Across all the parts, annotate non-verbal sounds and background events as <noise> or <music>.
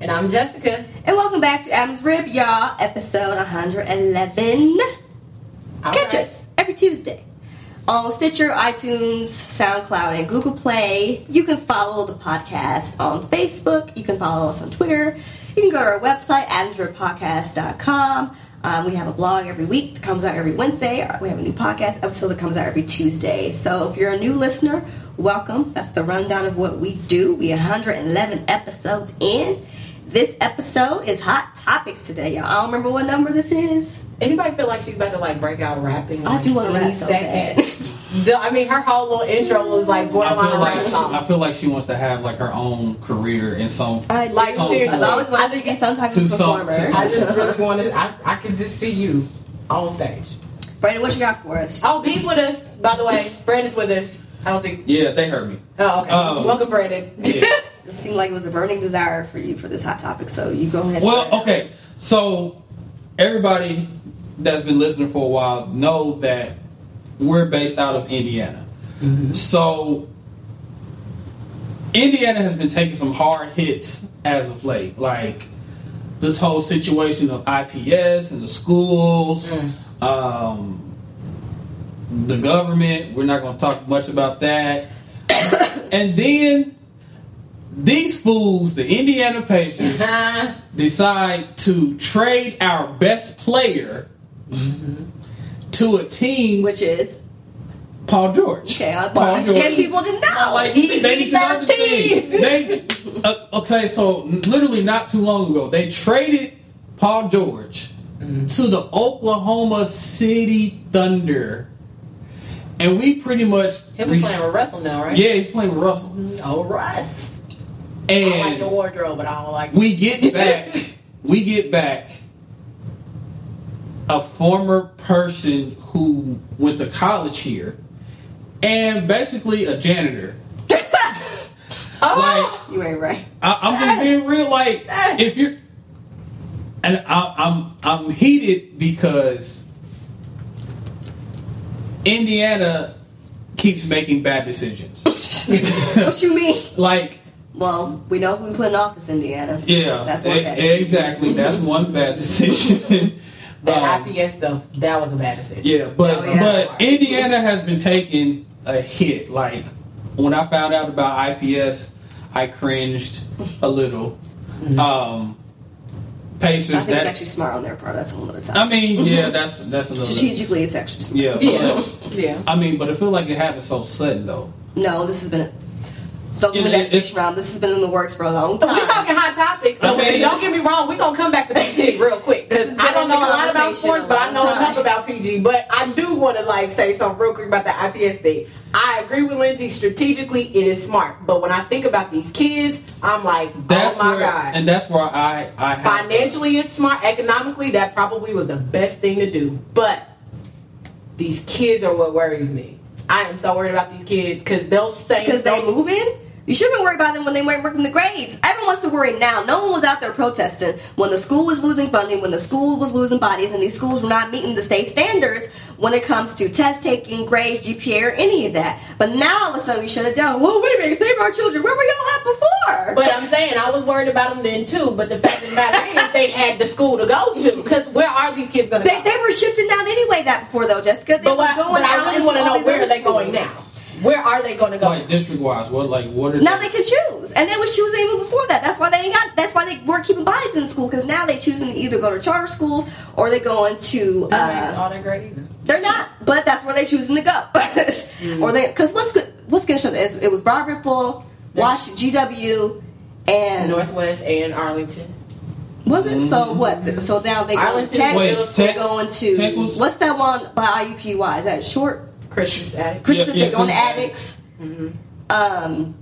And I'm Jessica. And welcome back to Adam's Rib, y'all, episode 111. All Catch right. us every Tuesday on Stitcher, iTunes, SoundCloud, and Google Play. You can follow the podcast on Facebook. You can follow us on Twitter. You can go to our website, adamsribpodcast.com. Um, we have a blog every week that comes out every Wednesday. Uh, We have a new podcast episode that comes out every Tuesday. So if you're a new listener, welcome. That's the rundown of what we do. We 111 episodes in. This episode is hot topics today, y'all. I don't remember what number this is. Anybody feel like she's about to like break out rapping? I like, do wanna any rap so second? The- I mean, her whole little intro was like I borderline feel rap like song. I feel like she wants to have like her own career in some. I do. Oh, Like, seriously. I've always wanted I to think be some type of two song- performer. two song- I just really wanted. I I could just see you on stage. Brandon, what you got for us? Oh, B's with us, by the way. Brandon's with us. I don't think. Yeah, they heard me. Oh, okay. Oh. Welcome, Brandon. <laughs> Yeah. It seemed like it was a burning desire for you for this hot topic, so you go ahead. Well, okay. So everybody that's been listening for a while know that we're based out of Indiana. So Indiana has been taking some hard hits as of late, like this whole situation of IPS and the schools, um, the government. We're not going to talk much about that. and then these fools, the Indiana Pacers, Nah. decide to trade our best player to a team with Which is Paul George. okay. uh, I, Paul I guess people didn't know. Like, He's they need to know this 13. thing. They, uh, okay, so literally not too long ago, they traded Paul George to the Oklahoma City Thunder, and we pretty much Him res- playing with Russell now, right? yeah, he's playing with Russell, Oh, Russ. I like and the wardrobe, but I don't like. we get back we get back a former person who went to college here and basically a <laughs> janitor Oh! like you ain't <laughs> right. I, I'm just being real. Like, if you're, and I, I'm I'm heated because Indiana keeps making bad decisions. What you mean? like, Well, we know who we put in office, Indiana. yeah, that's one e- bad decision. exactly. That's one bad <laughs> decision. that <laughs> Um, IPS stuff. That was a bad decision. Yeah, but Oh, yeah. but Indiana has been taking a hit. Like when I found out about IPS, I cringed a little. Um, I Pacers. think it's That Mm-hmm. actually smart on their part. That's another time. I mean, yeah, that's that's another. Strategically, it's actually smart. Yeah, Mm-hmm. Yeah. but- Yeah. I mean, but I feel like it happened so sudden though. Oh No, this has been. Don't give me It- that it- it's- bitch round. This has been in the works for a <laughs> long time. We're talking hot topics, so Okay. don't get me wrong. We're gonna come back <laughs> to PG real quick This has because I been don't know the a lot about conversation sports, a but I long know time. enough about PG. But I do want to like say something real quick about the IPS thing. I agree with Lindsay. Strategically, it is smart, but when I think about these kids, I'm like, That's oh my where, god. and that's where I I have- Financially, it's smart. Economically, that probably was the best thing to do. But these kids are what worries me. I am so worried about these kids because they'll say because they move in. You should have been worried about them when they weren't working the grades. Everyone wants to worry now. No one was out there protesting when the school was losing funding, when the school was losing bodies, and these schools were not meeting the state standards when it comes to test taking, grades, GPA, or any of that. But now all of a sudden you should have done. Well, wait a minute, save our children. Where were y'all at before? But I'm saying I was worried about them then too. But the fact of the matter is, they had the school to go to. Because where are these kids going to they, go? they were shifting down anyway. That before though, Jessica, they but was what, going but out I really into want to all know these where are other they going schools. now? Where are they going to go? like district wise. What like what are Now they can choose, and they was choosing even before that. That's why they ain't got. That's why they weren't keeping bodies in school because now they choosing to either go to charter schools or they going to. Uh, all that great either. they're not, but that's where they choosing to go. <laughs> Or they because what's good? What's gonna show this? It was Broad Ripple, Wash, GW, Uh, and Northwest and Arlington. was it? So what? So now they going to Arlington Tech. Wait, Middle They Tech- going to Tech was- what's that one by IUPUI? Is that short? Christian's Attic. Christmas yeah, they going to Christmas. addicts. Um, Mm-hmm.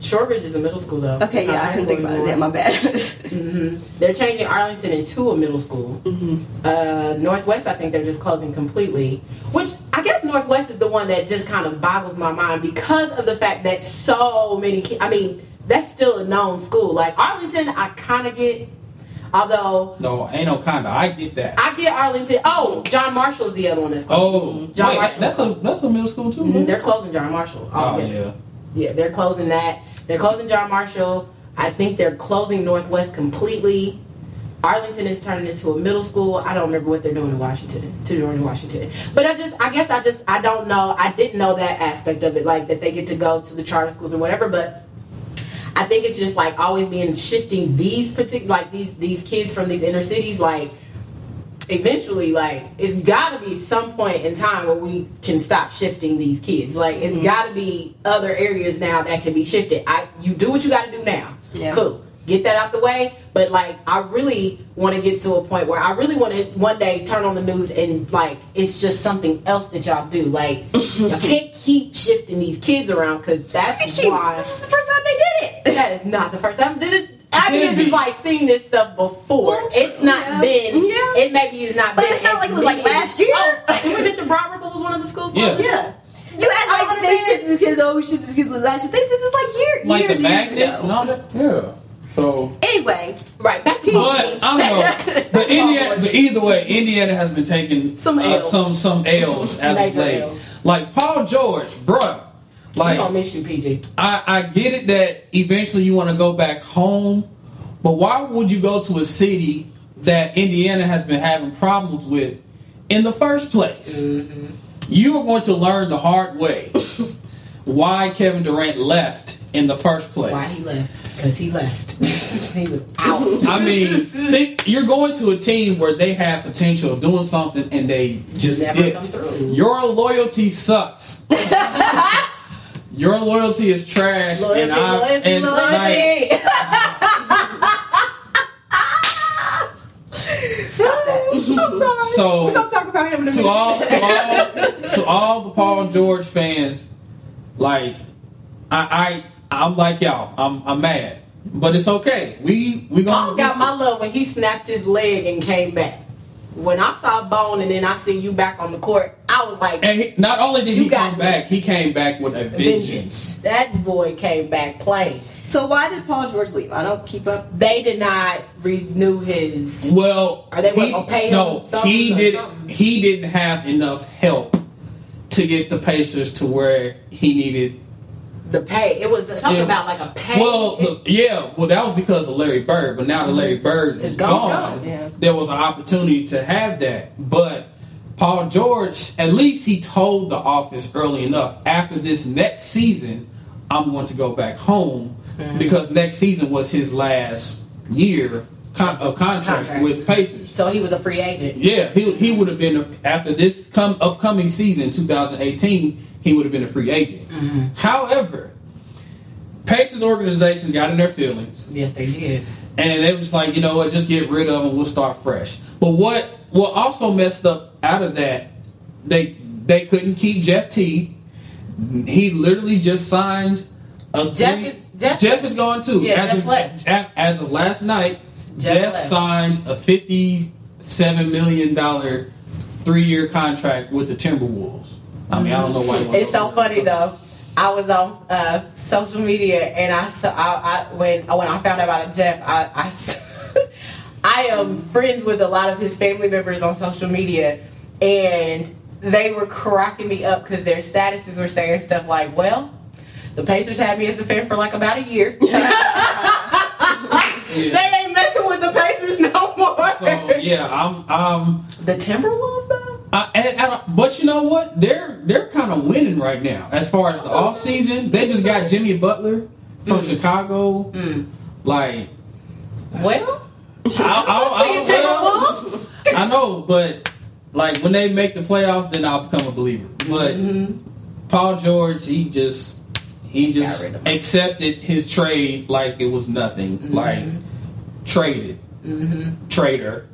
Shorebridge is a middle school though. Okay, It's not yeah, I high couldn't think school about it. Yeah, anymore. my bad. <laughs> Mm-hmm. They're changing Arlington into a middle school. Mm-hmm. Uh, Northwest, I think they're just closing completely. Which I guess Northwest is the one that just kind of boggles my mind because of the fact that so many. Ki- I mean, that's still a known school. Like Arlington, I kind of get. Although No, ain't no kinda. I get that. I get Arlington. Oh, John Marshall's the other one that's closing. oh, John wait, Marshall. that's a that's a middle school too. Mhm, man. They're closing John Marshall. Oh altogether. yeah. Yeah, they're closing that. They're closing John Marshall. I think they're closing Northwest completely. Arlington is turning into a middle school. I don't remember what they're doing in Washington, to doing in Washington. But I just, I guess I just, I don't know. I didn't know that aspect of it, like that they get to go to the charter schools or whatever. But I think it's just like always being shifting these particular, like these these kids from these inner cities, like eventually like it's got to be some point in time where we can stop shifting these kids like it's got to be other areas now that can be shifted i you do what you got to do now Yeah. cool get that out the way but like i really want to get to a point where i really want to one day turn on the news and like it's just something else that y'all do like you can't keep shifting these kids around because They that's keep- why this is the first time they did it. that is not the first time. This is, I Could just be. is like seeing this stuff before. Well, true, it's not yeah. been. Yeah. It maybe is not. But been it's not as like it was, like, big. last year. Oh, did we mention Broad Ripple was one of the schools? Yeah. closed? Yeah. You act I like don't they understand. shit these kids, oh, we shit these kids last year. They did this like year, Like years, the years magnet ago. and all that. Yeah. So Anyway, Right. Back to But I <laughs> don't know. But Indiana, but either way, Indiana has been taking Some uh, Ls. some <laughs> some L's as of Major late. Ls. Like Paul George, bruh. I'm gonna Like miss you, PG. I, I get it that eventually you want to go back home, but why would you go to a city that Indiana has been having problems with in the first place? Mm-hmm. You are going to learn the hard way why Kevin Durant left in the first place. Why he left? Because he left. <laughs> he was <laughs> out. <laughs> I mean, think, you're going to a team where they have potential of doing something and they just Never dipped. come through. Your <laughs> loyalty sucks. Your loyalty is trash, Loyalty, and I loyalty, and like, loyalty. <laughs> stop that. I'm sorry. So, we don't talk about him in a to minute. all to all to all the Paul George fans, like I I I'm like y'all. I'm I'm mad, but it's okay. We we Bone gonna got my love when he snapped his leg and came back. When I saw Bone and then I see you back on the court, I was like, and he, not only did You he got come me. back, he came back with a vengeance. vengeance. That boy came back playing. So why did Paul George leave? I don't keep up. They did not renew his. Well, Are they he, gonna pay him No, something he or did. something? He didn't have enough help to get the Pacers to where he needed. The pay. It was something Yeah. about like a pay. Well, the, yeah. Well, that was because of Larry Bird, but now that Larry Bird It's is gone. gone, Gone, yeah. there was an opportunity to have that. But Paul George, at least he told the office early enough. After this next season, I'm going to go back home Mm-hmm. because next season was his last year con- of contract, Contract. with Pacers. so he was a free agent. Yeah, he, he would have been after this come upcoming season 2018. He would have been a free agent. However, Pacers organization got in their feelings, Yes, they did. and they was like, you know what, just get rid of him. We'll start fresh. But what what also messed up out of that, they they couldn't keep Jeff T. He literally just signed a Jeff three- is- Jeff- Jeff is gone too. Yeah, as Jeff of, left. a- as of last night, Jeff Jeff, left. signed a fifty-seven million dollar three-year contract with the Timberwolves. I mean, I don't know why. you want It's so those- funny though. I was on uh, social media and I saw I, I when when I found out about Jeff, I <laughs> I, I am friends with a lot of his family members on social media, and they were cracking me up because their statuses were saying stuff like, "Well, the Pacers had me as a fan for like about a year. <laughs> they <laughs> Yeah. ain't messing with the Pacers no more." So yeah, I'm. I'm The Timberwolves though. I, and, and, but you know what? They're they're kind of winning right now as far as the off season. They just got Jimmy Butler from Mm. Chicago. Like Well, <laughs> I, I, I, the I, well, Timberwolves. I know, but like when they make the playoffs, then I'll become a believer. But Mm-hmm. Paul George, he just he rid just of him. Mm-hmm. accepted his trade like it was nothing. Like traded, traitor.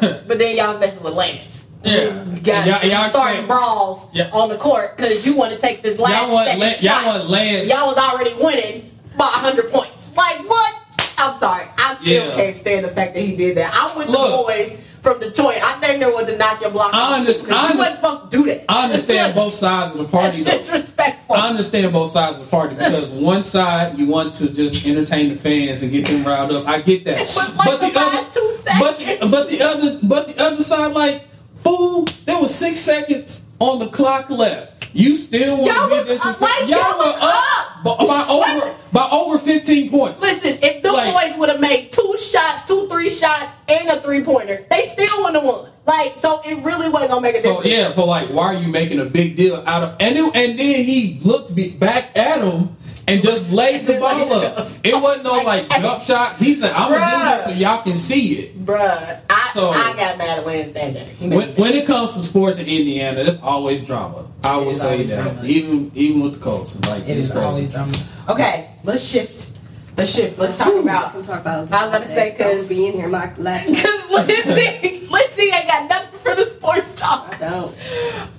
But then y'all messing with Lance. Yeah. Got Y'all- y'all starting expect- brawls Yeah. on the court because you want to take this last Y'all want, second Lan- shot. y'all want Lance. Y'all was already winning by 100 points. Like, what? I'm sorry. I still Yeah. can't stand the fact that he did that. I'm with Look. the boys from Detroit. I think they wanted to knock your block I off, underst- too, 'cause I You wasn't underst- supposed to do that. I understand That's both sides of the That's party. though. disrespectful. I understand both sides of the party because one side you want to just entertain the fans and get them riled up. I get that. It was like the last two but the, but the other but the other side like fool. There was six seconds on the clock left. You still want Y'all to was be up, disrespectful? like, y'all was by, by over by over fifteen points. Listen, if the Like- boys would have made two shots, two three shots, and a three pointer, they still wouldn't have won. Like, so it really wasn't gonna make a So difference. yeah, so like, why are you making a big deal out of and then, and then he looked be- back at him and just laid the ball up. It wasn't no like jump shot. He said, "I'm gonna do this so y'all can see it." Bruh, I, So- I got mad at Wednesday day. He When, made- when it comes to sports in Indiana, there's always drama. I will It's say always that, drama. even even with the Colts, like It it's is crazy. always drama. Okay, let's shift. Let's shift. Let's talk We can about. talk about. I was about to say, 'cause- Don't be in here, my <laughs> laptop. Because Lindsay, Lindsay ain't got nothing for the sports I talk. don't.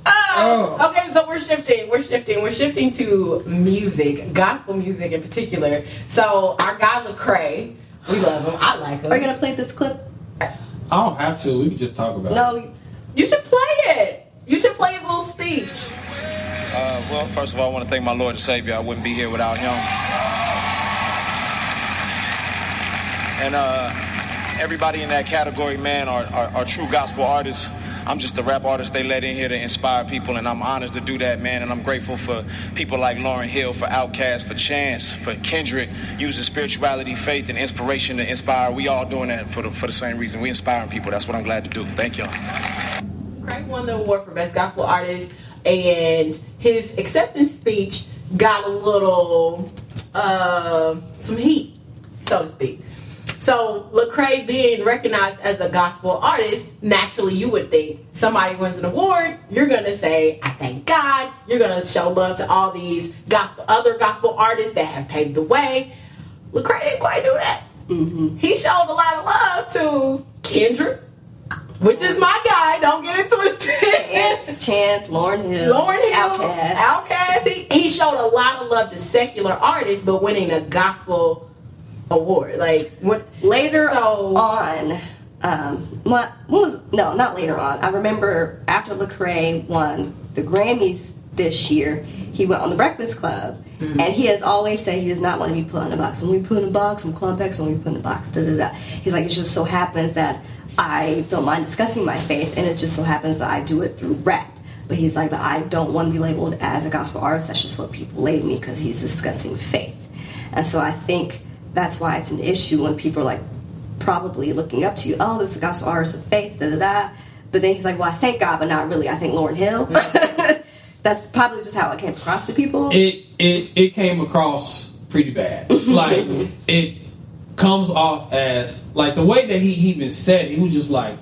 Oh, Okay, so we're shifting. We're shifting. We're shifting to music, gospel music in particular. So our guy Lecrae, we love him. I like him. Are you gonna play this clip? I don't have to. We can just talk about. it. No. we- you should play it. You should play his little speech. Uh, well, first of all, I want to thank my Lord and Savior. I wouldn't be here without Him. And uh, everybody in that category, man, are, are, are true gospel artists. I'm just a rap artist they let in here to inspire people, and I'm honored to do that, man. And I'm grateful for people like Lauren Hill, for Outkast, for Chance, for Kendrick, using spirituality, faith, and inspiration to inspire. We all doing that for the, for the same reason. We inspiring people. That's what I'm glad to do. Thank y'all. Craig won the award for best gospel artist, and his acceptance speech got a little uh, some heat, so to speak. So Lecrae being recognized as a gospel artist, naturally you would think somebody wins an award, you're gonna say, I thank God, you're gonna show love to all these gospel other gospel artists that have paved the way. Lecrae didn't quite do that. He showed a lot of love to Kendrick, which is my guy. Don't get it twisted. Chance, Chance, Lauren Hill, <laughs> Lauren Hill, Outkast. Outkast. He, he showed a lot of love to secular artists, but winning a gospel award, like what later So- on, um, my, what was no, not later on. I remember after Lecrae won the Grammys this year, he went on the Breakfast Club, and he has always said he does not want to be put in a box. When we put in a box, I'm clumpex. When we put in a box, da da da. He's like, it just so happens that I don't mind discussing my faith, and it just so happens that I do it through rap. But he's like, but I don't want to be labeled as a gospel artist. That's just what people label me because he's discussing faith. And so I think that's why it's an issue when people are like probably looking up to you. Oh, this is a gospel artist of faith, da da da. But then he's like, well, I thank God, but not really. I think Lauren Hill. Mm-hmm. <laughs> that's probably just how it came across to people. It it it came across <laughs> pretty bad. like it comes off as like the way that he even said it, he was just like.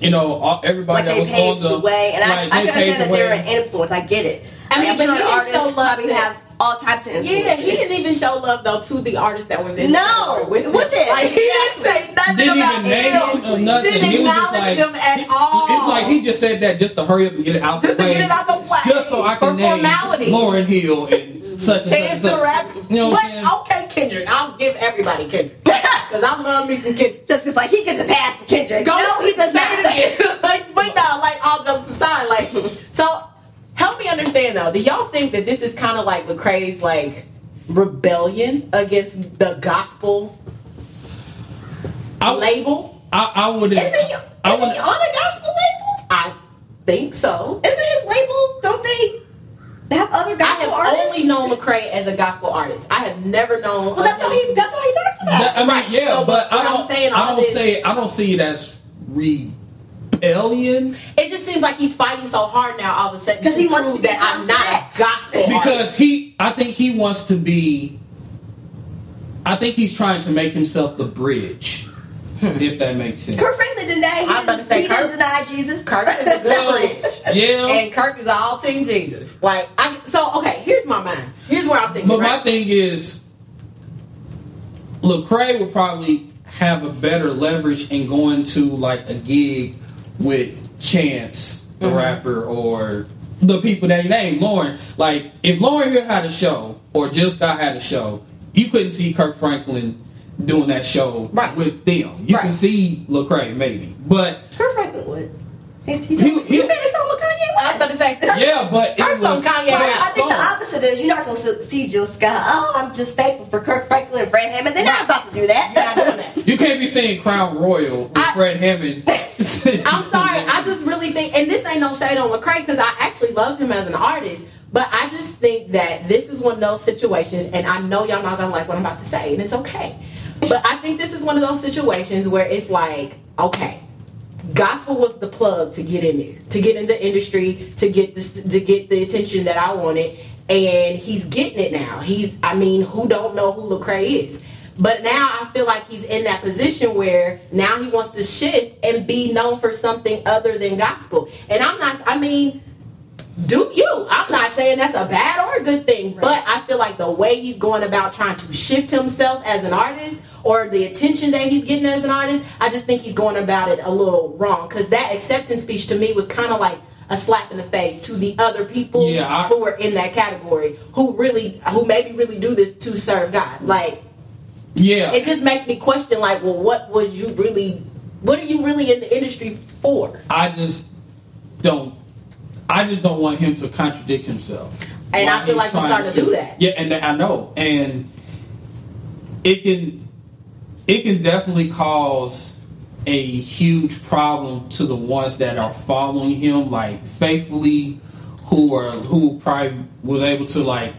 You know, all- like everybody they that was paved on the the way, and like, I, I they can understand paved the that they're way. an influence. I get it. I mean, Like, but I'm sure he didn't artists show love probably to- have all types of influence. Yeah, he didn't even show love though to the artist that was in. No, the with it wasn't. Like he didn't say nothing didn't about even name them. him or nothing. Didn't he was just acknowledge like, them at he- all. It's like he just said that just to hurry up and get it out Just the to way. get it out the way. Just so I can For name formality. Lauren Hill and such and Chance such. to rap. You know what I'm But, saying? okay, Kendrick. I'll give everybody Kendrick <laughs> because I love me some Kendrick. Just because, like, he gets a pass to Kendrick. Go no, he does not. not. <laughs> like, but no, like all jokes aside, like so. Help me understand though. Do y'all think that this is kind of like Lecrae's like rebellion against the gospel I, label? I, I wouldn't. Isn't he, isn't he I wouldn't. on a gospel label? I think so. <laughs> Isn't his label? Don't they have other I gospel have artists? only known Lecrae as a gospel artist. I have never known. Well, that's all he. That's all he talks about. That- I mean, uh, Right, yeah, so, but but I'm I don't. saying I all don't this- say. I don't see it as rebellion It just seems like he's fighting so hard now. All of a sudden, 'Cause he wants prove to be that I'm not a complex. gospel artist. because he. I think he wants to be. I think he's trying to make himself the bridge, Hmm. if that makes sense. Kirk Franklin didn't deny. He, I'm about to say he didn't Kirk- deny Jesus. Kirk is a good bridge. Yeah. And Kirk is all team Jesus. Like I so okay, here's my mind. Here's where I'm thinking. But my right? thing is, Lecrae would probably have a better leverage in going to like a gig with Chance, the Mm-hmm. rapper, or the people that he named, Lauren. Like, if Lauren here had a show, or just got had a show, you couldn't see Kirk Franklin doing that show Right. with them. You can Right. see Lecrae maybe, but Kirk Franklin would. He, he He- told, he- you made a song with Kanye I was West. about to say, yeah, but it First on was Kanye, that I think the song. opposite is you're not going to see Jill Scott. Oh, I'm just thankful for Kirk Franklin and Fred Hammond. They're not about to do I'm not doing that. that. You can't be saying Crown Royal with I- Fred Hammond. <laughs> <laughs> I'm sorry. I just really think, and this ain't no shade on Lecrae because I actually love him as an artist, but I just think that this is one of those situations, and I know y'all not gonna like what I'm about to say, and it's okay. But I think this is one of those situations where it's like, okay, gospel was the plug to get in there, to get in the industry, to get this, to get the attention that I wanted, and he's getting it now. He's, I mean, who don't know who Lecrae is? But now I feel like he's in that position where now he wants to shift and be known for something other than gospel. And I'm not, I mean, do you. I'm not saying that's a bad or a good thing, but I feel like the way he's going about trying to shift himself as an artist or the attention that he's getting as an artist, I just think he's going about it a little wrong. Because that acceptance speech to me was kind of like a slap in the face to the other people Yeah, I- who were in that category who really, who maybe really do this to serve God. Like, <laughs> yeah, it just makes me question like well what was you really what are you really in the industry for I just don't. I just don't want him to contradict himself. And I While feel he's like he's trying starting to do that. Yeah, and I know, and it can it can definitely cause a huge problem to the ones that are following him, like faithfully, who are who probably was able to like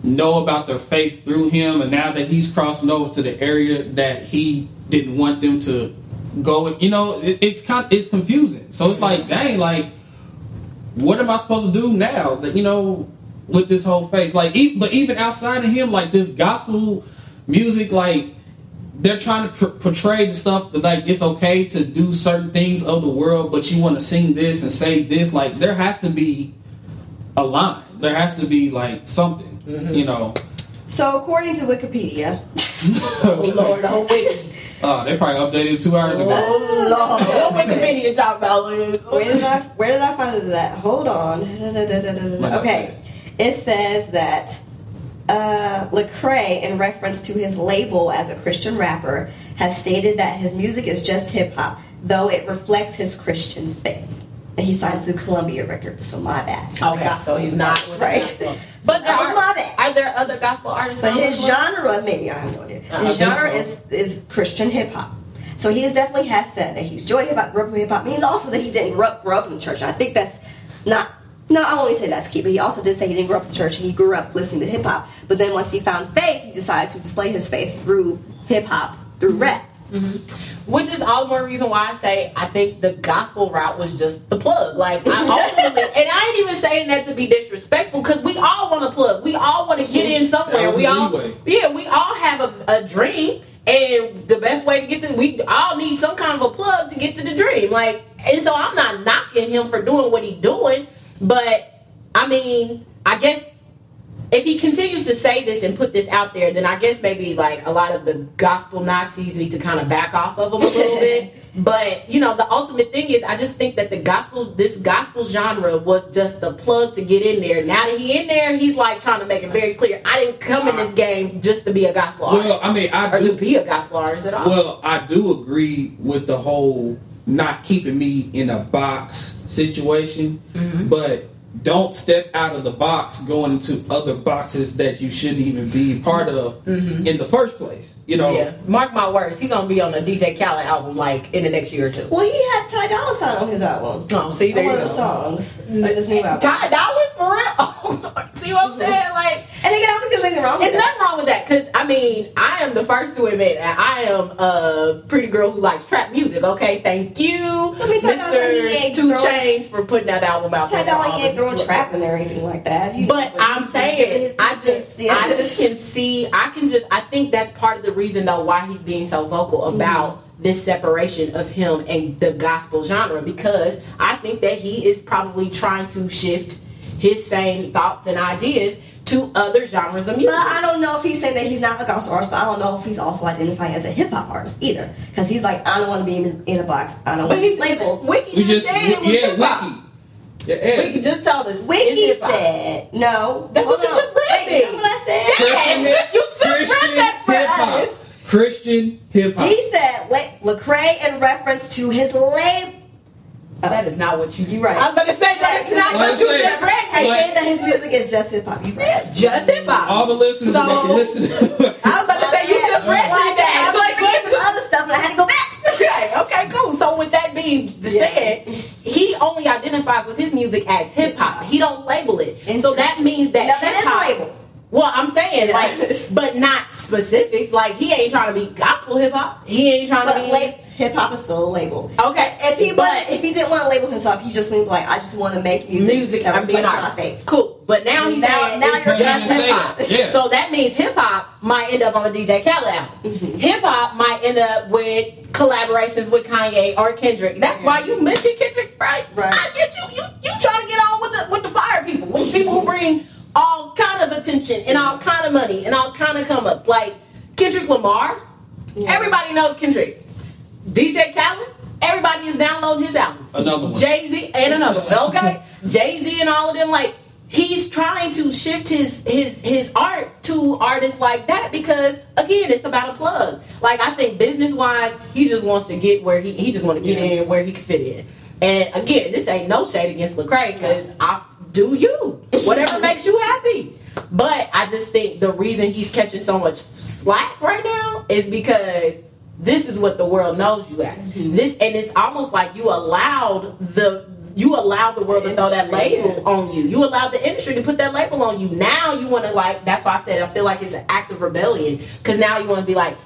know about their faith through him, and now that he's crossing over to the area that he didn't want them to go, in, you know, it, it's kind it's confusing. So it's like, dang, like what am I supposed to do now? That you know, with this whole faith, like, e- but even outside of him, like this gospel music, like they're trying to pr- portray the stuff that like it's okay to do certain things of the world, but you want to sing this and say this. Like, there has to be a line. There has to be like something, Mm-hmm. you know. <laughs> so, according to <laughs> Wikipedia, oh lord oh wait Uh, they probably updated two hours ago. oh what wikipedia talk about is where did I where did I find that? Hold on. Okay, it says that uh, Lecrae, in reference to his label as a Christian rapper, has stated that his music is just hip hop, though it reflects his Christian faith. And he signed to Columbia Records, so my bad. okay Oh, so he's not Right. but there That was are, my bad. are there other gospel artists So out his there? genre is maybe I have no idea. I think His genre so. is is Christian hip hop. So he is definitely has said that he's joy hip hop, grew up hip hop. Means also that he didn't grow up, grow up in the church. I think that's not. No, I only say that's key, but he also did say he didn't grow up in the church. He grew up listening to hip hop, but then once he found faith, he decided to display his faith through hip hop, through rap. which is all the more reason why I say I think the gospel route was just the plug. Like I <laughs> ultimately, and I ain't even saying that to be disrespectful because we all want to plug. We all want to get in That somewhere. was We the all, leeway. yeah, we all have a, a dream, and the best way to get to we all need some kind of a plug to get to the dream. Like, and so I'm not knocking him for doing what he doing, but I mean, I guess if he continues to say this and put this out there, then I guess maybe like a lot of the gospel Nazis need to kind of back off of him a <laughs> little bit. But you know, the ultimate thing is, I just think that the gospel, this gospel genre, was just the plug to get in there. Now that he in there, he's like trying to make it very clear: I didn't come in this game just to be a gospel Well, artist I mean, I or do to be a gospel artist at all. Well, I do agree with the whole not keeping me in a box situation, Mm-hmm. but don't step out of the box going into other boxes that you shouldn't even be part of in the first place. You know, Mm-hmm. yeah, mark my words, he's gonna be on a DJ Khaled album like in the next year or two. Well, he had Ty Dolla Sign on his album. Oh, see, there one you of the go. songs. Like this new album. Ty dollars for real? <laughs> see what I'm saying? Like. And again, I don't think there's anything wrong with It's that. nothing wrong with that because I mean I am the first to admit that I am a pretty girl who likes trap music. Okay, thank you, me tell you something, he Mister ain't Two throwing- Chains, for putting that album out. Ty there for Dolla all ain't the- throwing trap in there or anything like that. You- But I'm he's giving saying his I just defense. <laughs> I just can see I can just I think that's part of the reason though why he's being so vocal Mm-hmm. about this separation of him and the gospel genre because I think that he is probably trying to shift his same thoughts and ideas to other genres of But music. I don't know if he's saying that he's not a gospel artist, but I don't know if he's also identifying as a hip hop artist either. Because he's like, I don't want to be in, in a box. I don't But want to he be labeled. labeled. Wiki We just, just, said it was yeah, hip-hop. Wiki. Yeah, yeah. Wiki just told us. it's Wiki hip-hop. said, no. That's what Hold you on. just read Wait, me. that's what I said. Christian, Yes, you just read that for hip-hop. us. Christian hip hop. He said La- Lecrae in reference to his label. That is not what you. You right. I was about to say that it's not Well, what you I said- just read. I What? said that his music is just hip hop. You right. Just hip hop. All the listeners So- that <laughs> listen. I was about to say you just read Well, I me that. was Like, reading what? some other stuff, and I had to go back. Okay, okay, cool. So with that being said, he only identifies with his music as hip hop. He don't label it. So that means that No, that is hip-hop- labeled. Well, I'm saying Yeah. like, but not specifics. Like he ain't trying to be gospel hip hop. He ain't trying to But be la- hip hop is still a label. okay. If he but was, if he didn't want to label himself, he just would be like, I just want to make music, music, that I'm being reflects my artist. faith. Cool. But now he's Now- saying now it's you're just saying hip hop. that. Yeah. So that means hip hop might end up on a DJ Khaled album. Hip hop might end up with collaborations with Kanye or Kendrick. That's why you mentioned Kendrick, right? Right. I get you. You you trying to get on with the with the fire people, with the people who bring all kind of attention and all kind of money and all kind of come ups, like Kendrick Lamar. Everybody knows Kendrick. DJ Khaled. Everybody is downloading his albums. Another one. Jay Z and another one. <laughs> Okay, Jay Z and all of them. Like he's trying to shift his his his art to artists like that because again, it's about a plug. Like I think business wise, he just wants to get where he he just want to get in where he can fit in. And again, this ain't no shade against Lecrae because I do you whatever <laughs> makes you happy. But I just think the reason he's catching so much slack right now is because this is what the world knows you as. Mm-hmm. This and it's almost like you allowed the you allowed the world to throw that Industry, label on you. You allowed the industry to put that label on you. Now you want to like that's why I said I feel like it's an act of rebellion because now you want to be like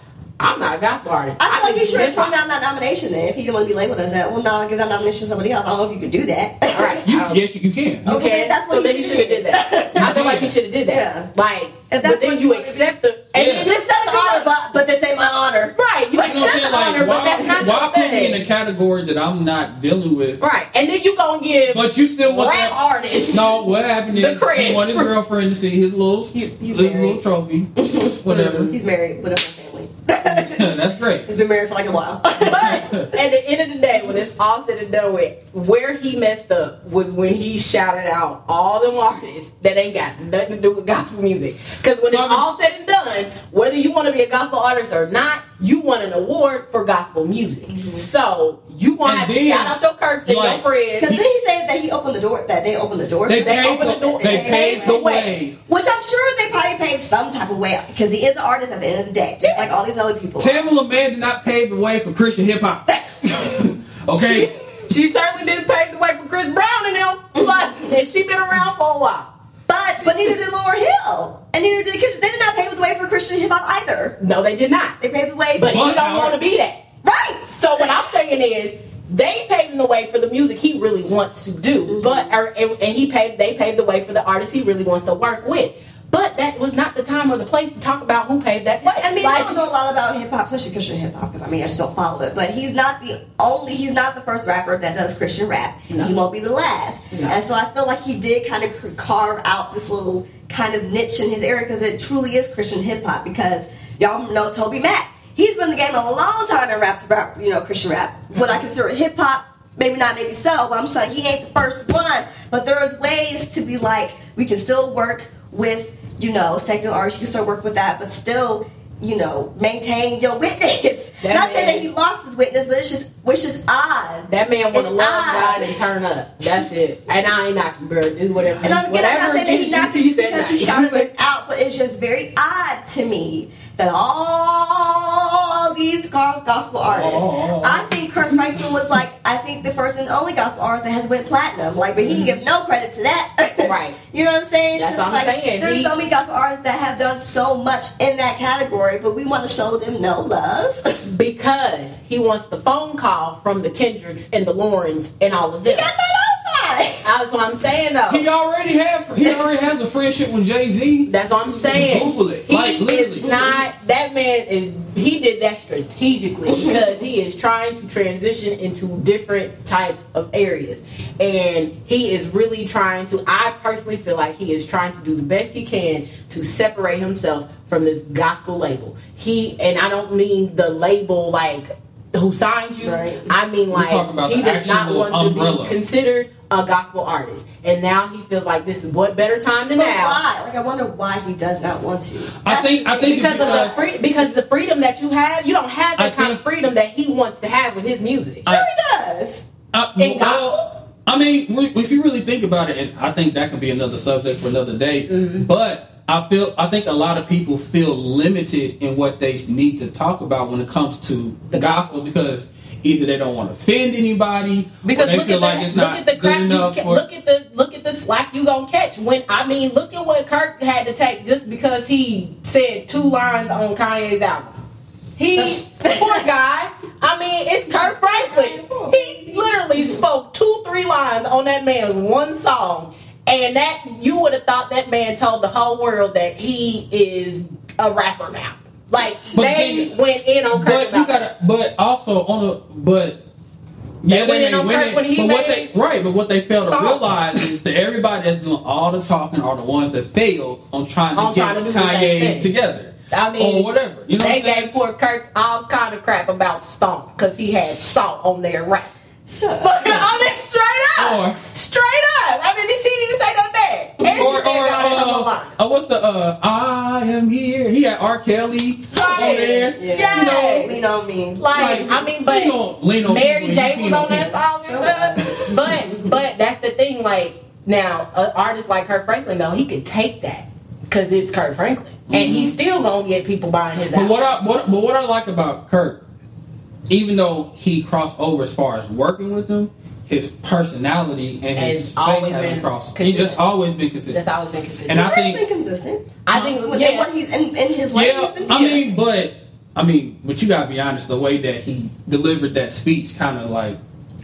I'm not a gospel artist. I feel like he just should do have thrown hip-hop." down that nomination then. If he didn't want to be labeled as that, well, no, give that nomination to somebody else. I don't know if you can do that. All <laughs> right. You, I don't- yes, you can. Okay, Okay, that's what so he then you should should have did that. I feel like you should have did Yeah. that. Like, If that's but then what you you accept the and Yeah. then This is accept an the honor, but, but this ain't my honor. right. You You know what I'm accept saying? the honor, Like, but that's why, not why your put me in thing. a category that I'm not dealing with? Right, and then you go and give But you still want rap that- artists. No, what happened The is credit. he wanted his girlfriend to see his little, he's his little married. <laughs> trophy, whatever. <laughs> He's married with a family. <laughs> That's great. He's been married for like a while. <laughs> But at the end of the day, when it's all said and done with, where he messed up was when he shouted out all them artists that ain't got nothing to do with gospel music. Because when it's Bobby- all said and done, whether you want to be a gospel artist or not, you won an award for gospel music. So you want to Mm-hmm. And have to then, shout out your Kirks and like, your Freds. Because then he said that he opened the door, that they opened the door. They, for that. paved, opened the the, door. they They paved the way. Which I'm sure they probably paid some type of way because he is an artist at the end of the day, just like all these other people. Tamala Mann did not pave the way for Christian <laughs> hip hop. okay? She certainly didn't pave the way for Chris Brown and them. Like, and she been around for a while. But but neither did Lauryn Hill, and neither did Kendrick. They did not pave the way for Christian hip hop either. No, they did not. They paved the way, But But he don't our- want to be that. right. So what I'm saying is they paving the way for the music he really wants to do, Mm-hmm. but or, and, and he paved they paved the way for the artist he really wants to work with. But that was not the time or the place to talk about who paved that way. I mean, I Like, don't know a lot about hip hop, especially Christian hip hop, because I mean, I just don't follow it. But he's not the only, he's not the first rapper that does Christian rap. He won't be the last. No. And so I feel like he did kind of cr- carve out this little kind of niche in his area because it truly is Christian hip hop. Because y'all know Toby Mac, he's been in the game a long time and raps about, you know, Christian rap. What I consider hip hop, maybe not, maybe so, but I'm saying he ain't the first one. But there's ways to be like, we can still work with, you know, secular artists, you can still work with that, but still, you know, maintain your witness. <laughs> That Not saying man- that he lost his witness, but it's just, which is odd. That man want It's to love odd. God and turn up. That's it. And I ain't knocking, bro. Do whatever. And I'm, again, I'm not whatever saying that he's gets you not to just that because he night. shouted <laughs> it out, but it's just very odd to me that all these girls, gospel artists, Oh. I think Kirk Franklin was like, I think the first and only gospel artist that has went platinum. Like, but he can give no credit to that. Mm-hmm. <laughs> Right. you know what I'm saying? It's That's what I'm just like, saying. There's He- so many gospel artists that have done so much in that category, but we want to show them no love. <laughs> because he wants the phone call from the Kendricks and the Laurens and all of them. That's got it. That's what I'm saying though. He already had he already has a friendship with Jay Z. That's what I'm saying. Google it. He Like, literally. is not. That man is. He did that strategically because he is trying to transition into different types of areas, and he is really trying to. I personally feel like he is trying to do the best he can to separate himself from this gospel label. He and I don't mean the label like who signed you. Right. I mean like talking about he the does not actual want umbrella. to be considered a gospel artist, and now he feels like this is what better time than But now. why? Like, I wonder why he does not want to. I think I think it's because of the free, because the freedom that you have, you don't have I that kind of think- freedom that he wants to have with his music. I- He does. Uh, In well, I mean, we, if you really think about it, and I think that could be another subject for another day. Mm-hmm. But I feel, I think a lot of people feel limited in what they need to talk about when it comes to the gospel because either they don't want to offend anybody, because or they look feel at, like the, it's look not at the crap good enough. you ca- for, look at the look at the slack you gonna catch when I mean look at what Kirk had to take just because he said two lines on Kanye's album. He poor guy. I mean, it's Kirk Franklin. He literally spoke two, three lines on that man's one song, and that you would have thought that man told the whole world that he is a rapper now. Like But they then- went in on Kirk. but you about that. gotta, but also on a, but. Yeah, went they in may on win Kirk it, when he but what they made- right, but what they fail to Stop. realize is that everybody that's doing all the talking are the ones that failed on trying to On get trying to do the same Kanye thing. together. I mean, or whatever. You know what they I'm saying? gave poor Kirk all kind of crap about Stomp because he had salt on their rap. So, But I mean, straight up, Or- straight up. I mean, she didn't even say nothing bad. And she or said or all that other uh, lines. uh, what's the uh, I am here? He had R. Kelly on Right. there. Yeah. You know, lean on me. like, I mean, he but gonna lean on Mary people, J he was lean on that people. song and stuff. But but that's the thing. Like now, an artist like Kirk Franklin though, he could take that because it's Kirk Franklin, and he's still gonna get people buying his Mm-hmm. But album. what I what but what I like about Kirk, even though he crossed over as far as working with them, his personality and Has his faith always hasn't been crossed. He consistent. just always been consistent. that's always been consistent. and I He's been think consistent. I think With yeah. what he's in, in his life. he's yeah, been I here. mean, but I mean, but you gotta be honest. The way that he delivered that speech, kind of like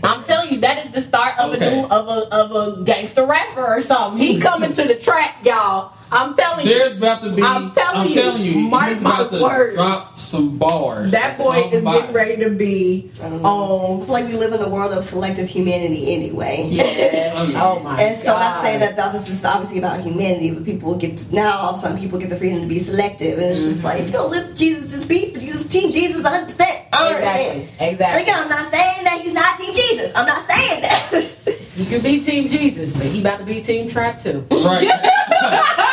I'm telling you, that is the start of Okay. Hmm. a new of a of a gangster rapper or something. He coming to the track, y'all. I'm telling There's you, about to be. I'm telling you, mark he's about my to words. drop some bars. that for boy is somebody. getting ready to be I on. feel like we live in a world of selective humanity anyway. Yes. <laughs> oh my <laughs> And so god. not saying that that was just obviously about humanity, but people get now all of a sudden people get the freedom to be selective, and it's just like if you don't live for Jesus, just be for Jesus, team Jesus, one hundred percent. I don't Exactly. understand. And Exactly. again, I'm not saying that he's not team Jesus. I'm not saying that. <laughs> You can be Team Jesus, but he about to be Team Trap too. <laughs> Right.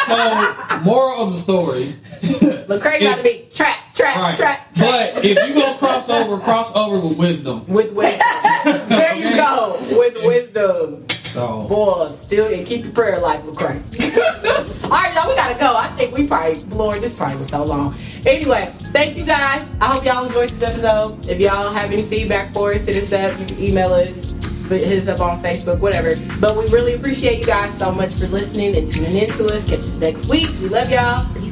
so, moral of the story. Lecrae about to be Trap, Trap, Right. Trap, Trap. But if you gonna cross over, cross over with wisdom. with wisdom. <laughs> there you go. With wisdom. So, Boy, still and keep your prayer life, Lecrae. <laughs> All right, y'all, we gotta go. I think we probably, Lord, this probably was so long. Anyway, thank you guys. I hope y'all enjoyed this episode. If y'all have any feedback for us, hit us up. You can email us, hit us up on Facebook, whatever. But we really appreciate you guys so much for listening and tuning in to us. Catch us next week. We love y'all.